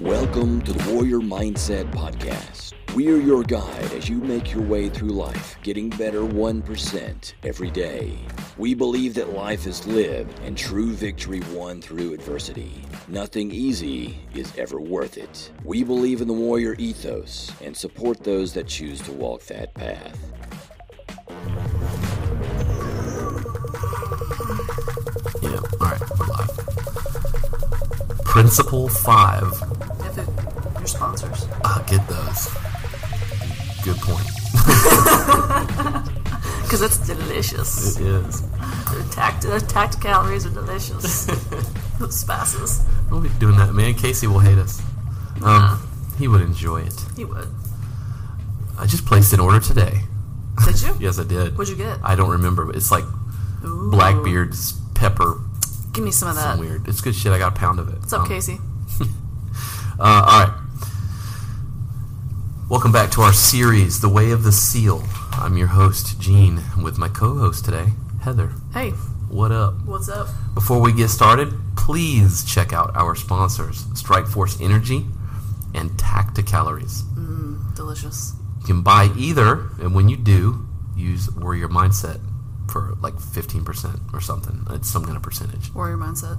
Welcome to the Warrior Mindset Podcast. We are your guide as you make your way through life, getting better 1% every day. We believe that life is lived and true victory won through adversity. Nothing easy is ever worth it. We believe in the warrior ethos and support those that choose to walk that path. Yeah, alright, we're live. Principle 5. If it, your sponsors. Ah, get those. Good point. Because it's delicious. It is. Their tact, their tact calories are delicious. Those spices. Don't be doing that, man. Casey will hate us. Um, he would enjoy it. You would. I just placed an order today. Did you? Yes, I did. What'd you get? I don't remember, but it's like Ooh. Uh, Blackbeard's pepper. Give me some of that. Some weird. It's good shit. I got a pound of it. What's up, Um, Casey? Uh, all right. Welcome back to our series, The Way of the Seal. I'm your host, Gene, with my co host today, Heather. Hey, What up? what's up? Before we get started, please check out our sponsors, Strikeforce Energy and Tacticalories. Delicious. You can buy either, and when you do, use Warrior Mindset for like 15% or something. It's some kind of percentage. Warrior mindset.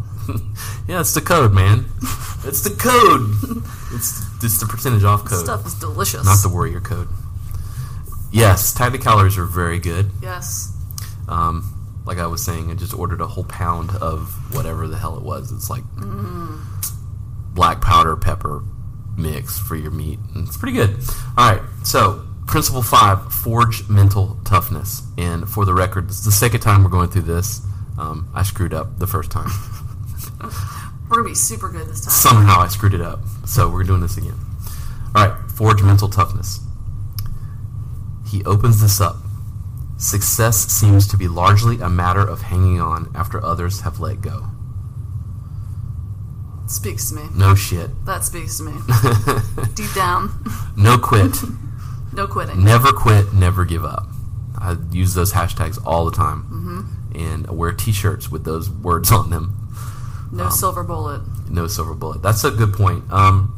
Yeah, it's the code, man. It's the code. It's, it's the percentage off code. Stuff is delicious. Not the warrior code. Yes, tactic calories are very good. yes. Um, like I was saying, I just ordered a whole pound of whatever the hell it was. It's like black powder pepper mix for your meat. and It's pretty good. All right, so principle five: forge mental toughness. And for the record, this is the second time we're going through this. Um, I screwed up the first time. We're gonna be super good this time. Somehow I screwed it up. So we're doing this again. All right, forge mental toughness. He opens this up. Success seems to be largely a matter of hanging on after others have let go. Speaks to me. No shit. That speaks to me. Deep down, No quit. no quitting. never quit, never give up. I use those hashtags all the time. And I wear t shirts with those words on them. Um, No silver bullet. no silver bullet. That's a good point. Um,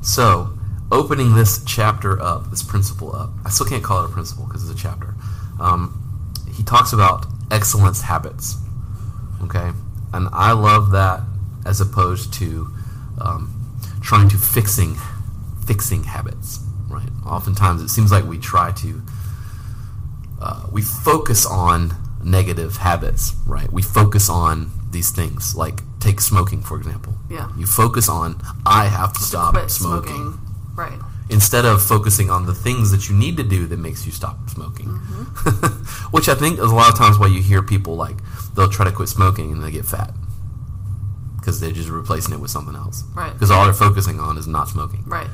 so, opening this chapter up, this principle up, I still can't call it a principle because it's a chapter. Um, he talks about excellence habits. Okay? And I love that as opposed to um, trying to fixing fixing habits, right? Oftentimes it seems like we try to uh, we focus on negative habits, right? We focus on these things, like take smoking for example. Yeah. You focus on I have to stop Quit smoking. Right. instead of focusing on the things that you need to do that makes you stop smoking. Mm-hmm. Which I think is a lot of times why you hear people like they'll try to quit smoking and they get fat because they're just replacing it with something else. Right. Because all they're focusing on is not smoking. Right.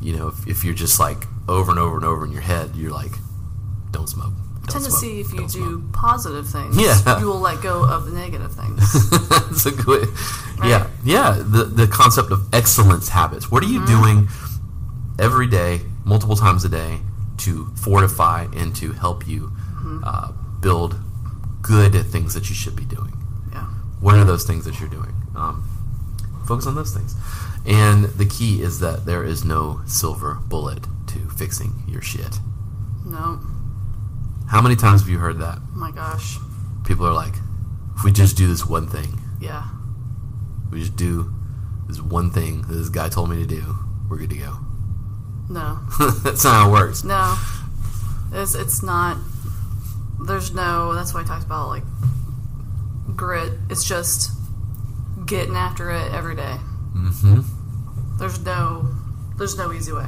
You know, if, if you're just like over and over and over in your head, you're like, don't smoke. Don't Tendency if you don't do smoke." positive things, Yeah. you will let go of the negative things. That's a good. Right. Yeah, yeah. The the concept of excellence habits. What are you doing every day, multiple times a day, to fortify and to help you uh, build good things that you should be doing? yeah. What are those things that you're doing? Um, focus on those things. And the key is that there is no silver bullet to fixing your shit. No. How many times have you heard that? Oh my gosh. People are like, if we just do this one thing, Yeah. We just do this one thing that this guy told me to do. We're good to go. No. That's not how it works. No. It's it's not there's no that's why I talked about like grit. It's just getting after it every Mm-hmm. There's no there's no easy way.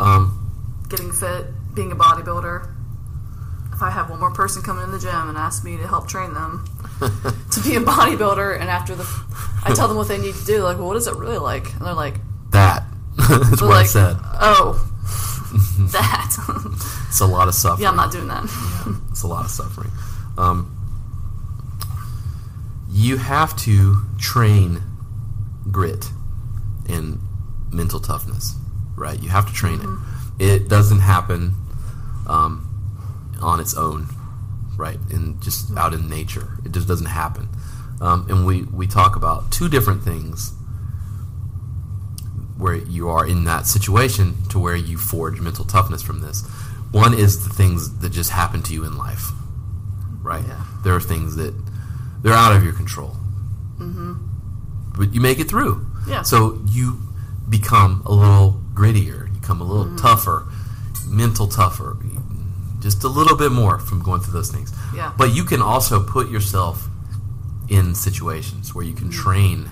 Um, Getting fit, being a bodybuilder. If I have one more person coming in the gym and ask me to help train them to be a bodybuilder and after the I tell them what they need to do, like, well what is it really like? And they're like, that. That's they're what I like said. Oh that It's a lot of suffering. Yeah, I'm not doing that. Yeah, it's a lot of suffering. Um, you have to train grit and mental toughness, right? You have to train it. It doesn't happen um, on its own, right? And just out in nature, it just doesn't happen. Um, and we we talk about two different things where you are in that situation to where you forge mental toughness from this. One is the things that just happen to you in life, right? Yeah. There are things that they're out of your control, but you make it through. Mm-hmm. Yeah. So you become a little grittier, you become a little Mm-hmm. tougher, mental tougher, just a little bit more from going through those things. Yeah. But you can also put yourself in situations where you Mm-hmm. can train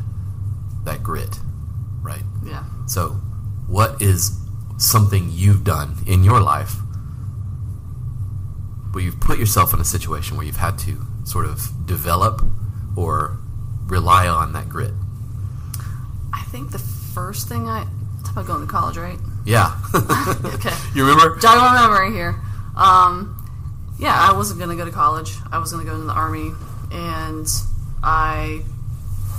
that grit, right? Yeah. So, what is something you've done in your life where you've put yourself in a situation where you've had to sort of develop or rely on that grit? I think the first thing I it's about going to college, right? Yeah. Okay. you remember? Jog my memory here. Um, yeah, I wasn't gonna go to college. I was gonna go into the army, and I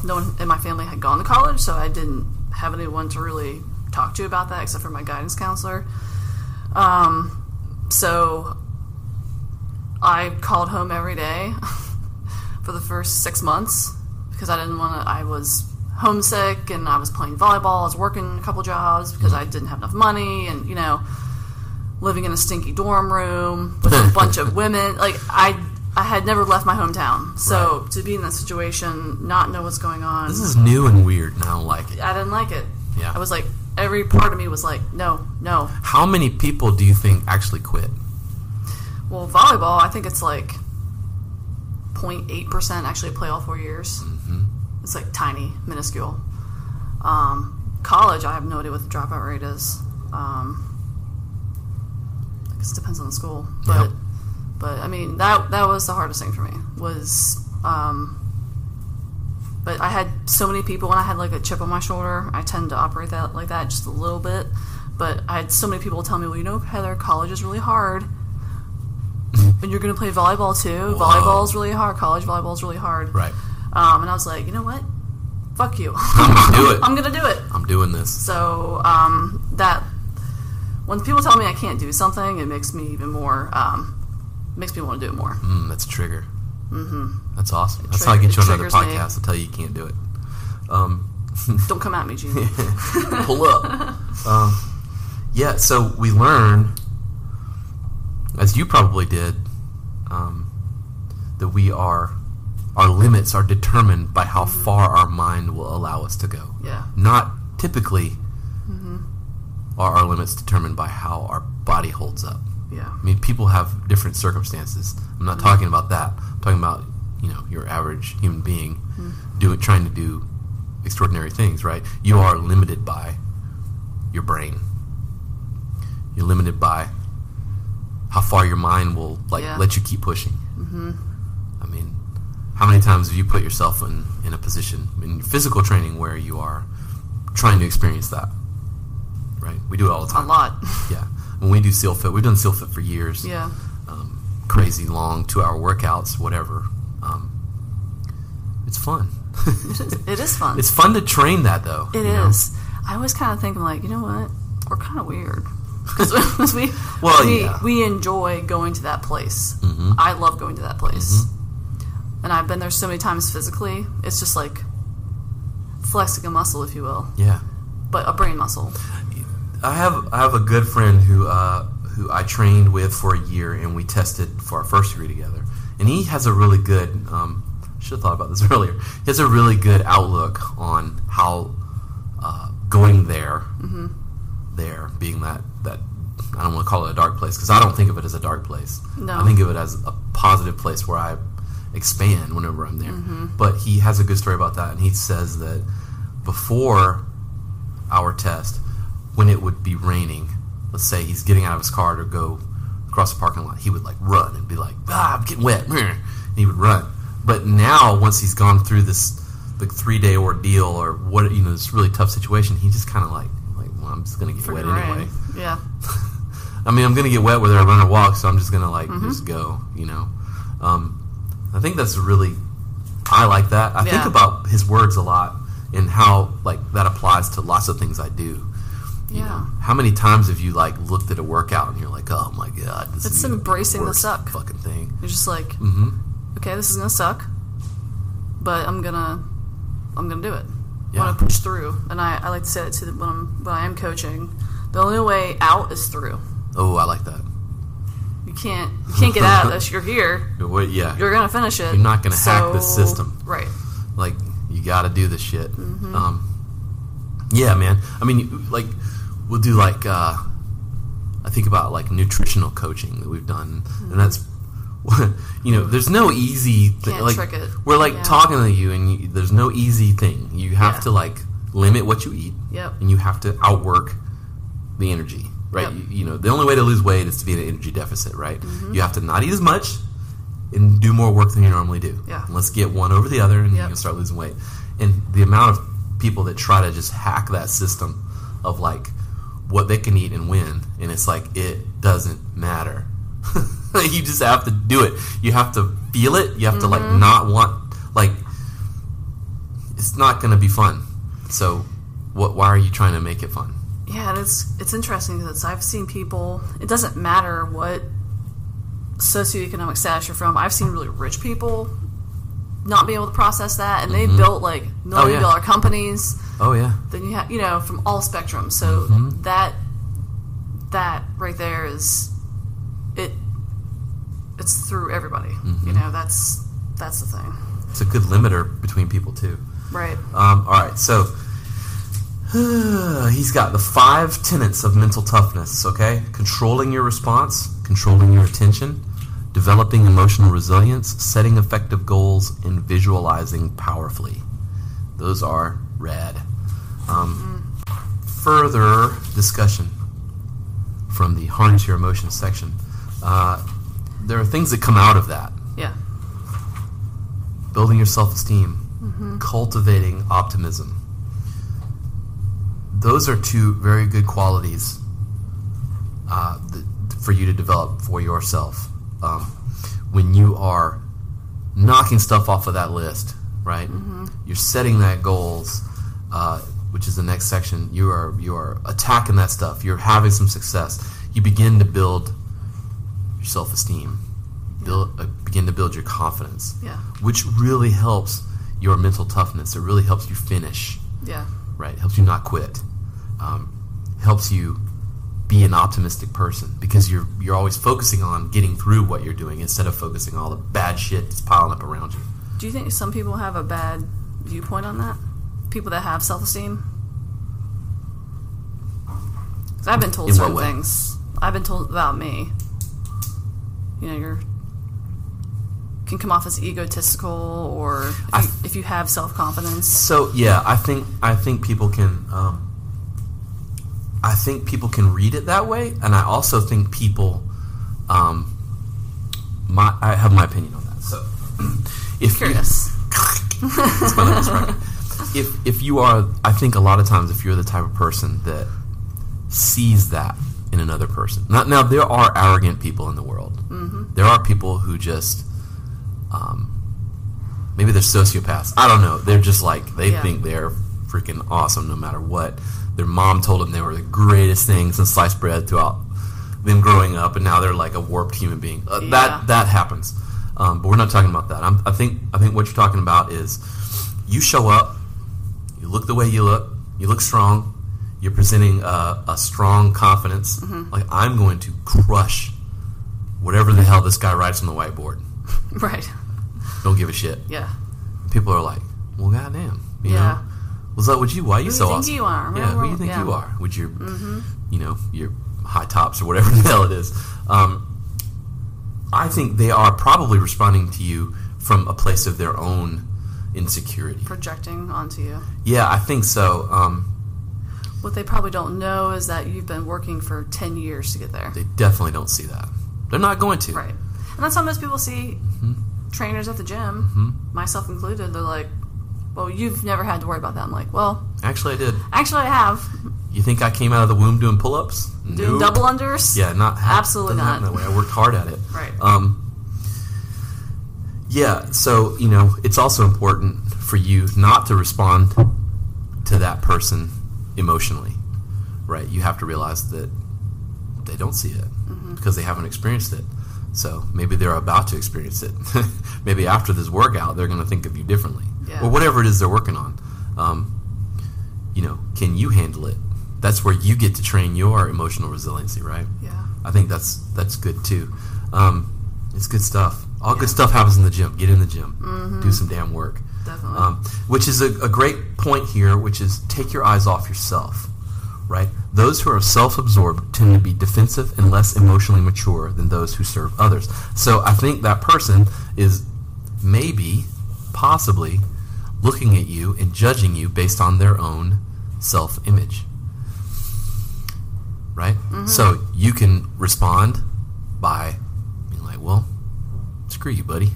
no one in my family had gone to college, so I didn't have anyone to really talk to about that except for my guidance counselor. Um, so I called home every day for the first six months because I didn't want to. I was homesick and I was playing volleyball. I was working a couple jobs because I didn't have enough money and, you know, living in a stinky dorm room with a bunch of women. Like, I. I had never left my hometown, so to be in that situation, not know what's going on, This is new and weird, and I don't like it. I didn't like it. Yeah. I was like, every part of me was like, no, no. How many people do you think actually quit? Well, volleyball, I think it's like 0.8% actually play all four years. It's like tiny, minuscule. Um, college, I have no idea what the dropout rate is. Um, I guess it depends on the school, but Yep. but I mean that that was the hardest thing for me was. Um, but I had so many people, and I had like a chip on my shoulder. I tend to operate that like that just a little bit. But I had so many people tell me, "Well, you know, Heather, college is really hard." and you're going to play volleyball too. Volleyball is really hard. College volleyball is really hard. Right. Um, and I was like, you know what? Fuck you. I'm gonna do it. I'm going to do it. I'm doing this. So um, that when people tell me I can't do something, it makes me even more um, makes me want to do it more. Mm, that's a trigger. Mm-hmm. That's awesome. That's how I get trigger- you it on another triggers me. podcast. I tell you you can't do it. Um, Don't come at me, Gene. pull up. um, yeah, so we learn, as you probably did, um, that we are, our limits are determined by how far our mind will allow us to go. Yeah. Not typically are our limits determined by how our body holds up. Yeah. I mean, people have different circumstances. I'm not talking about that. I'm talking about you know your average human being doing trying to do extraordinary things, right? You are limited by your brain. You're limited by how far your mind will like Yeah. let you keep pushing. I mean, how many times have you put yourself in in a position in physical training where you are trying to experience that? Right? We do it all the A time. lot. Yeah. When we do seal fit, we've done seal fit for years. Yeah. Um, crazy long two hour workouts, whatever. Um, it's fun. It is fun. it's fun to train that though. It you know? is. I always kind of think, I'm like, you know what? We're kind of weird. Because we, Well, we, yeah. Mm-hmm. we enjoy going to that place. I love going to that place. And I've been there so many times physically. It's just like flexing a muscle, if you will, Yeah. but a brain muscle. I have I have a good friend who uh, who I trained with for a year, and we tested for our first degree together. And he has a really good um, should have thought about this earlier. He has a really good outlook on how uh, going there, there being that that I don't want to call it a dark place because I don't think of it as a dark place. No. I think of it as a positive place where I expand whenever I'm there. But he has a good story about that, and he says that before our test when it would be raining. Let's say he's getting out of his car to go across the parking lot. He would like run and be like, ah, I'm getting wet. And he would run. But now, once he's gone through this the three day ordeal or what, you know, this really tough situation, he just kind of like, like, well, I'm just going to get wet Friggin' rain. anyway. Yeah. I mean, I'm gonna get wet whether I run or walk, so I'm just gonna like just go, you know. Um, I think that's really, I like that. I think Yeah. about his words a lot and how like that applies to lots of things I do. You Yeah. know, how many times have you like looked at a workout and you're like, oh my god, this It's is the embracing the worst suck. fucking thing. You're just like, Mm-hmm. okay, this is going to suck, but I'm going to I'm going to do it. Yeah. want to push through, and I, I like to say that to them when I'm when I am coaching. The only way out is through. Oh, I like that. You can't you can't get out unless you're here. Wait, yeah. You're gonna finish it. You're not gonna hack this So- system. right? like you gotta do this shit Mm-hmm. um, yeah man i mean you- like we'll do like uh, i think about like nutritional coaching that we've done and that's you know there's no easy thing Can't like trick it. we're like Yeah. talking to you and you, there's no easy thing you have Yeah. to like limit what you eat Yep. and you have to outwork the energy right Yep. Mm-hmm. you, you know the only way to lose weight is to be in an energy deficit right you have to not eat as much and do more work than you normally do Yeah. let's get one over the other and Yep. you can start losing weight and the amount of people that try to just hack that system of like what they can eat and when and it's like it doesn't matter you just have to do it you have to feel it you have to like not want like it's not going to be fun so what why are you trying to make it fun Yeah, and it's it's interesting because I've seen people. It doesn't matter what socioeconomic status you're from. I've seen really rich people not be able to process that, and they built like Mm-hmm. Oh, yeah. million dollar companies. oh yeah Then you have you know from all spectrums. So Mm-hmm. that that right there is it. It's through everybody. Mm-hmm. You know that's that's the thing, it's a good limiter between people too right? Um, all right, so he's got the five tenets of mental toughness. Okay, controlling your response, controlling your attention, developing emotional resilience, setting effective goals, and visualizing powerfully. Those are rad. Um, Further discussion from the harness your emotions section. Uh, there are things that come out of that Yeah. building your self esteem, cultivating optimism. Those are two very good qualities uh, th- for you to develop for yourself. Um, when you are knocking stuff off of that list, right? You're setting that goals, uh, which is the next section. You are you are attacking that stuff. You're having some success. You begin to build your self esteem. Build uh, begin to build your confidence Yeah. which really helps your mental toughness. It really helps you finish, Yeah. right? Helps you not quit. Um, helps you be an optimistic person because you're you're always focusing on getting through what you're doing instead of focusing on all the bad shit that's piling up around you. Do you think some people have a bad viewpoint on that? People that have self esteem? Because I've been told In what certain way? things. I've been told about me. You know, you're. Can come off as egotistical, or if, I- you, if you have self confidence, So yeah, I think I think people can um, I think people can read it that way, and I also think people um, my I have my opinion on that. So if you- curious. That's my latest record. If if you are, I think a lot of times if you're the type of person that sees that in another person. Now, now there are arrogant people in the world. There are people who just, um, maybe they're sociopaths. I don't know. They're just like they Yeah. think they're freaking awesome no matter what. Their mom told them they were the greatest things and sliced bread throughout them growing up, and now they're like a warped human being. Uh, Yeah. That that happens. Um, but we're not talking about that. I'm, I think I think what you're talking about is you show up, you look the way you look, you look strong, you're presenting a, a strong confidence. Mm-hmm. Like I'm going to crush whatever the hell this guy writes on the whiteboard. Right. Don't give a shit. Yeah. People are like, well, goddamn, you Yeah. know, what's up with you? Why are you Who do so you think awesome? you are? Yeah, who do you think Yeah. Mm-hmm. you are? With your, you know, your high tops or whatever the hell it is. Um, I think they are probably responding to you from a place of their own insecurity. Projecting onto you. Yeah, I think so. Um, What they probably don't know is that you've been working for 10 years to get there. they definitely don't see that. They're not going to. Right. And that's how most people see Mm-hmm. trainers at the gym, myself included. They're like, well, you've never had to worry about that. I'm like, well, Actually, I did. actually, I have. You think I came out of the womb doing pull-ups? Doing Nope. double unders. Yeah, not Absolutely doesn't happen not. That way, I worked hard at it. Right. Um, yeah, so you know, it's also important for you not to respond to that person emotionally, right? You have to realize that they don't see it because they haven't experienced it. So maybe they're about to experience it. maybe after this workout, they're going to think of you differently, Yeah. or whatever it is they're working on. Um, you know, can you handle it? That's where you get to train your emotional resiliency, right? Yeah. I think that's that's good too. Um, it's good stuff. All good stuff happens in the gym. Get in the gym. Do some damn work. Definitely. Um, which is a, a great point here, which is take your eyes off yourself, right? Those who are self absorbed tend to be defensive and less emotionally mature than those who serve others. So I think that person is maybe, possibly, looking at you and judging you based on their own self image, right? So you can respond by being like, well, screw you, buddy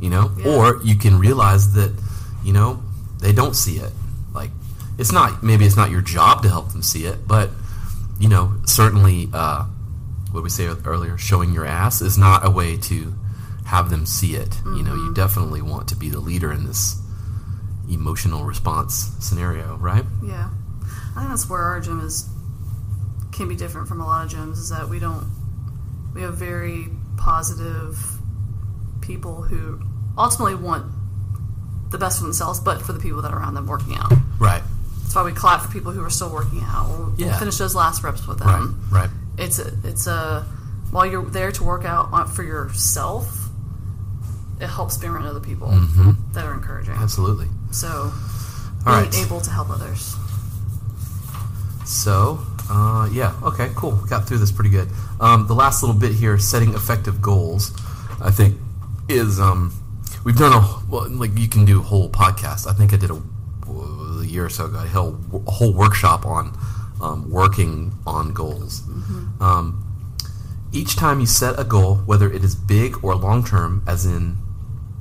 you know Yeah. or you can realize that you know they don't see it like it's not maybe it's not your job to help them see it but you know certainly uh, what we say earlier showing your ass is not a way to have them see it you know you definitely want to be the leader in this emotional response scenario right Yeah, I think that's where our gym is can be different from a lot of gyms. Is that we don't we have very positive people who ultimately want the best for themselves, but for the people that are around them working out. right That's why we clap for people who are still working out. We'll, we'll Yeah. finish those last reps with right them. right It's a, it's a while you're there to work out on- for yourself. It helps being around other people that are encouraging. absolutely So Mm-hmm. all being right able to help others. So, uh, yeah, okay, cool. We got through this pretty good. Um, the last little bit here, setting effective goals, I think is um, we've done a well, like you can do a whole podcast. I think I did a, a year or so ago. I held a whole workshop on um, working on goals. Um, each time you set a goal, whether it is big or long term, as in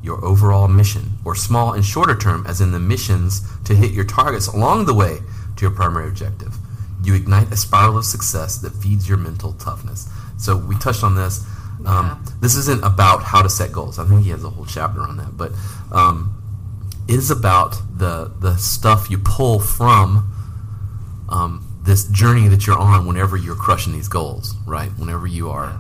your overall mission, or small and shorter term, as in the missions to hit your targets along the way to your primary objective, you ignite a spiral of success that feeds your mental toughness. So we touched on this. Yeah. Um, this isn't about how to set goals. I think he has a whole chapter on that, but um, it is about the the stuff you pull from um, this journey that you're on whenever you're crushing these goals, right? Whenever you are,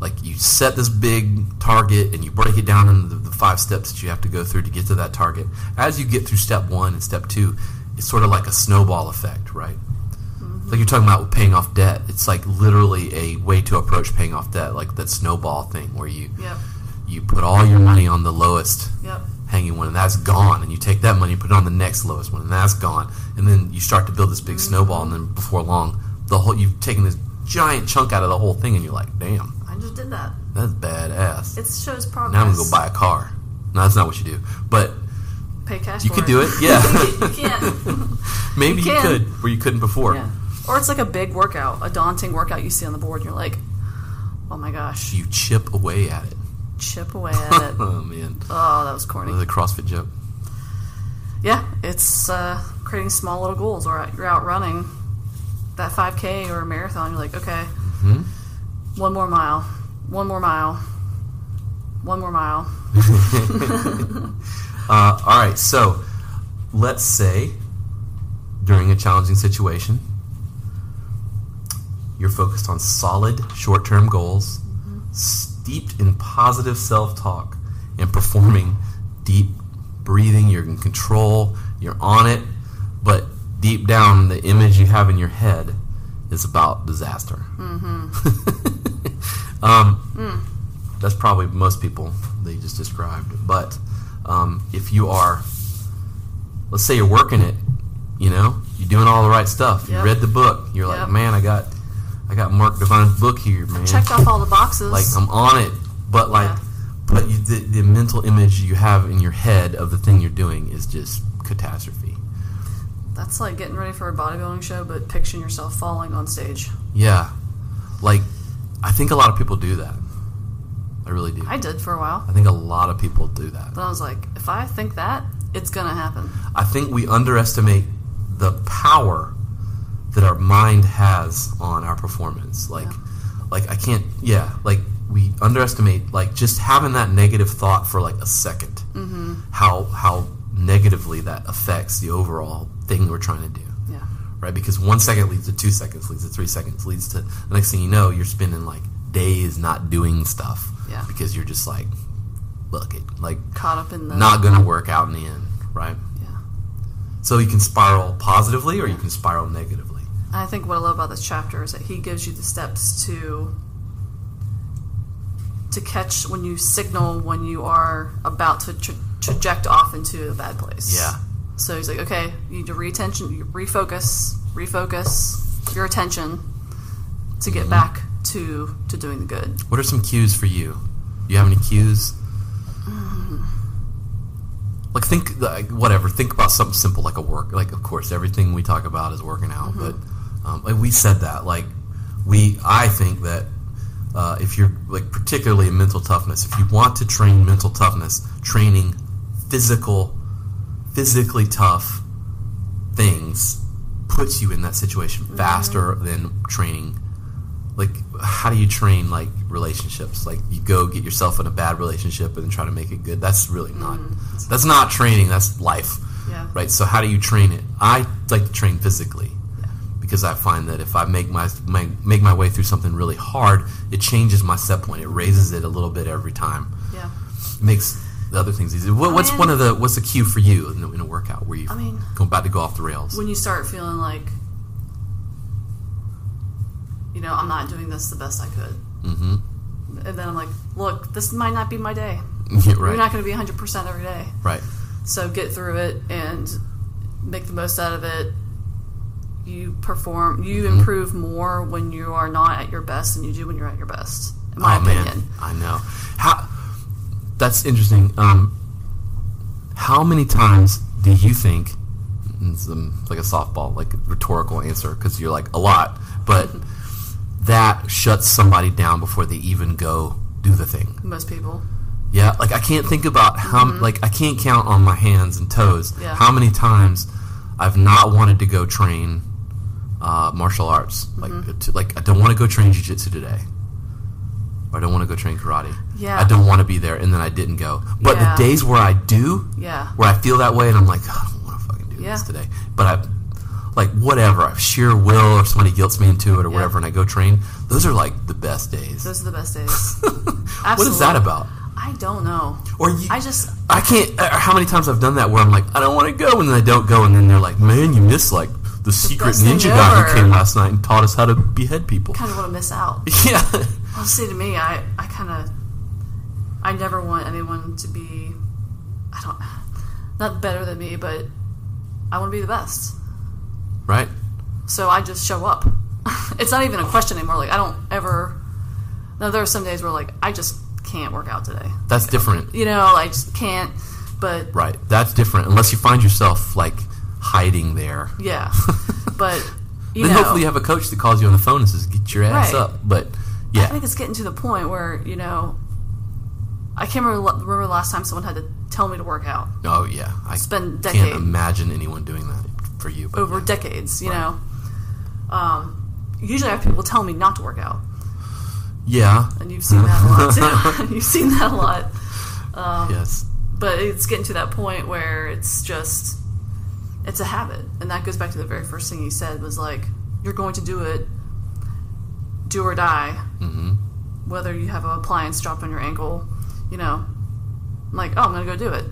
like, you set this big target and you break it down into the, the five steps that you have to go through to get to that target. As you get through step one and step two, it's sort of like a snowball effect, right? It's Like you're talking about paying off debt. It's like literally a way to approach paying off debt, like that snowball thing where you Yep. you put all your money on the lowest Yep. hanging one, and that's gone. And you take that money, put it on the next lowest one, and that's gone. And then you start to build this Mm-hmm. big snowball, and then before long, the whole you've taken this giant chunk out of the whole thing, and you're like, damn, I just did that. that's badass. It shows progress. Now I'm gonna go buy a car. No, that's not what you do, but Pay cash. you for could do it. Yeah, you can. maybe You you, can. could where you couldn't before. Yeah. Or it's like a big workout, a daunting workout you see on the board, and you're like, oh my gosh, You chip away at it. chip away at it. Oh man, Oh, that was corny. another CrossFit joke. Yeah, it's uh, creating small little goals. Or you're out running that 5K or a marathon, you're like, okay, one more mile, one more mile, one more mile. Uh, all right, so let's say during a challenging situation, you're focused on solid short term goals, steeped in positive self talk, and performing deep breathing. You're in control, you're on it, but deep down, the image you have in your head is about disaster. Mm-hmm. um, Mm. that's probably most people that you just described. But um, if you are, let's say you're working it, you know, you're doing all the right stuff. Yep. You read the book. You're Yep. like, man, I got, I got Mark Devine's book here, man. Checked off all the boxes. Like I'm on it, but like, Yeah. but you, the, the mental image you have in your head of the thing you're doing is just catastrophe. That's like getting ready for a bodybuilding show, but picturing yourself falling on stage. Yeah, like I think a lot of people do that. I really do. I did for a while. I think a lot of people do that. But I was like, if I think that, it's gonna happen. I think we underestimate the power that our mind has on our performance. Like, like I can't. Yeah, like we underestimate like just having that negative thought for like a 2nd How how negatively that affects the overall thing we're trying to do. Yeah. Right, because one second leads to two seconds, leads to three seconds, leads to the next thing you know, you're spending like days not doing stuff. Yeah. Because you're just like, look it, like Caught up in the not gonna work out in the end, right? Yeah. So you can spiral positively or you can spiral negatively. I think what I love about this chapter is that he gives you the steps to to catch when you signal when you are about to tra- traject off into a bad place. Yeah. So he's like, okay, you need to reattention, you refocus, refocus your attention to Mm-hmm. get back to to doing the good. What are some cues for you? Do you have any cues? Like think like whatever. Think about something simple like a work. Like of course everything we talk about is working out, but um, like we said that like we I think that uh, if you're like particularly in mental toughness, if you want to train mental toughness, training physical physically tough things puts you in that situation faster than training like how do you train like relationships like you go get yourself in a bad relationship and then try to make it good that's really not that's not training that's life Yeah. right so how do you train it i like to train physically because i find that if i make my, my make my way through something really hard it changes my set point it raises it a little bit every time Yeah. it makes the other things easier. What, what's mean- one of the what's the cue for you in a, in a workout where you I mean- going about to go off the rails? When you start feeling like, you know, I'm not doing this the best I could, hmm and then I'm like, look, this might not be my day. right, You're not going to be 100 percent every day. right, So get through it and make the most out of it. You perform, you Mm-hmm. improve more when you are not at your best than you do when you're at your best. In my oh opinion, man, I know. How that's interesting. Um, how many times do you think? and It's um, like a softball, like a rhetorical answer, because you're like a lot, but that shuts somebody down before they even go do the thing. most people. Yeah, like I can't think about how like I can't count on my hands and toes Mm-hmm. Yeah. how many times I've not wanted to go train uh, martial arts. Like Mm-hmm. to, like I don't want to go train jiu-jitsu today. Or I don't want to go train karate. Yeah. I don't want to be there and then I didn't go. But Yeah. the days where I do, Yeah, where I feel that way and I'm like, "God, I don't want to fucking do Yeah. this today. But I like whatever, I sheer will or somebody guilts me into it or Yeah. whatever and I go train, those are like the best days. those are the best days. what is Absolutely. that about? I don't know. Or you, I just I can't. Uh, how many times I've done that where I'm like, I don't want to go, and then I don't go, and then they're like, Man, you missed like the secret best thing ninja guy ever." who came last night and taught us how to behead people. kind of want to miss out. Yeah, Well, see, to me, I, I kind of, I never want anyone to be, I don't, not better than me, but I want to be the best. right. So I just show up. it's not even a question anymore. Like, I don't ever, now there are some days where, like, I just can't work out today. That's different, You know, I just can't, but right? That's different. Unless you find yourself like hiding there, yeah. But, you then know, hopefully you have a coach that calls you on the phone and says, "Get your ass Right. up." But I yeah, think it's getting to the point where, you know, I can't remember, remember the last time someone had to tell me to work out oh yeah, I It's been can't decade- imagine anyone doing that for you. But over yeah. decades, you Right. know. Um, usually I have people tell me not to work out, yeah, and you've seen that a lot too. you've seen that a lot. Um, yes, But it's getting to that point where it's just, it's a habit. And that goes back to the very first thing you said was like, you're going to do it, do or die. Mm-hmm. Whether you have an appliance drop on your ankle, you know, I'm like, oh, I'm going to go do it.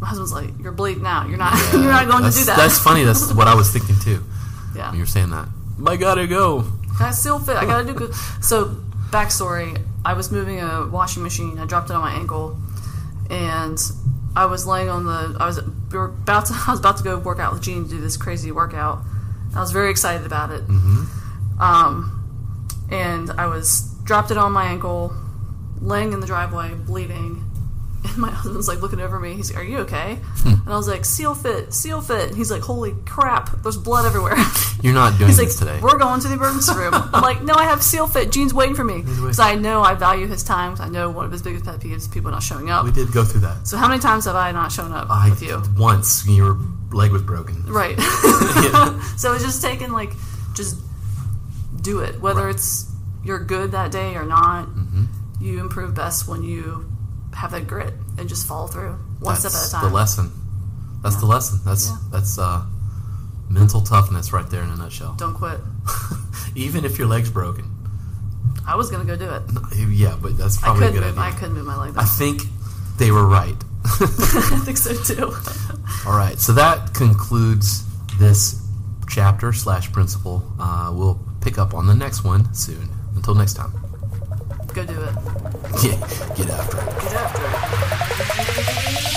My husband's like, you're bleeding out. You're not, you're not going to that's, do that. That's funny. That's what I was thinking too. yeah. When you were saying that, I gotta go. I still fit. I gotta do good. So, backstory: I was moving a washing machine. I dropped it on my ankle, and I was laying on the. I was we were about to. I was about to go work out with Gene to do this crazy workout. I was very excited about it. Mm-hmm. Um, and I was dropped it on my ankle, laying in the driveway, bleeding. And my husband's like looking over me. He's like, "Are you okay?" And I was like, "Seal fit, seal fit." And he's like, "Holy crap! There's blood everywhere." You're not doing He's this like, today. we're going to the emergency room. I'm like, no, I have seal fit. Gene's waiting for me because I know I value his time. 'cause I know one of his biggest pet peeves is people not showing up. We did go through that. So how many times have I not shown up I with you? once when your leg was broken. Right. Yeah. so it's just taking like, just do it. Whether Right. Mm-hmm. it's you're good that day or not, you improve best when you have that grit and just follow through one step at That's a time. the lesson. That's the lesson. That's Yeah. that's uh, mental toughness right there in a nutshell. Don't quit. Even if your leg's broken, I was gonna go do it. yeah, but that's I probably a couldn't. good Move, idea. I couldn't move my leg. I think they were right. I think so too. All right, so that concludes this chapter slash principle. Uh, we'll pick up on the next one soon. Until next time. Go do it. Yeah, get after it. Get after it.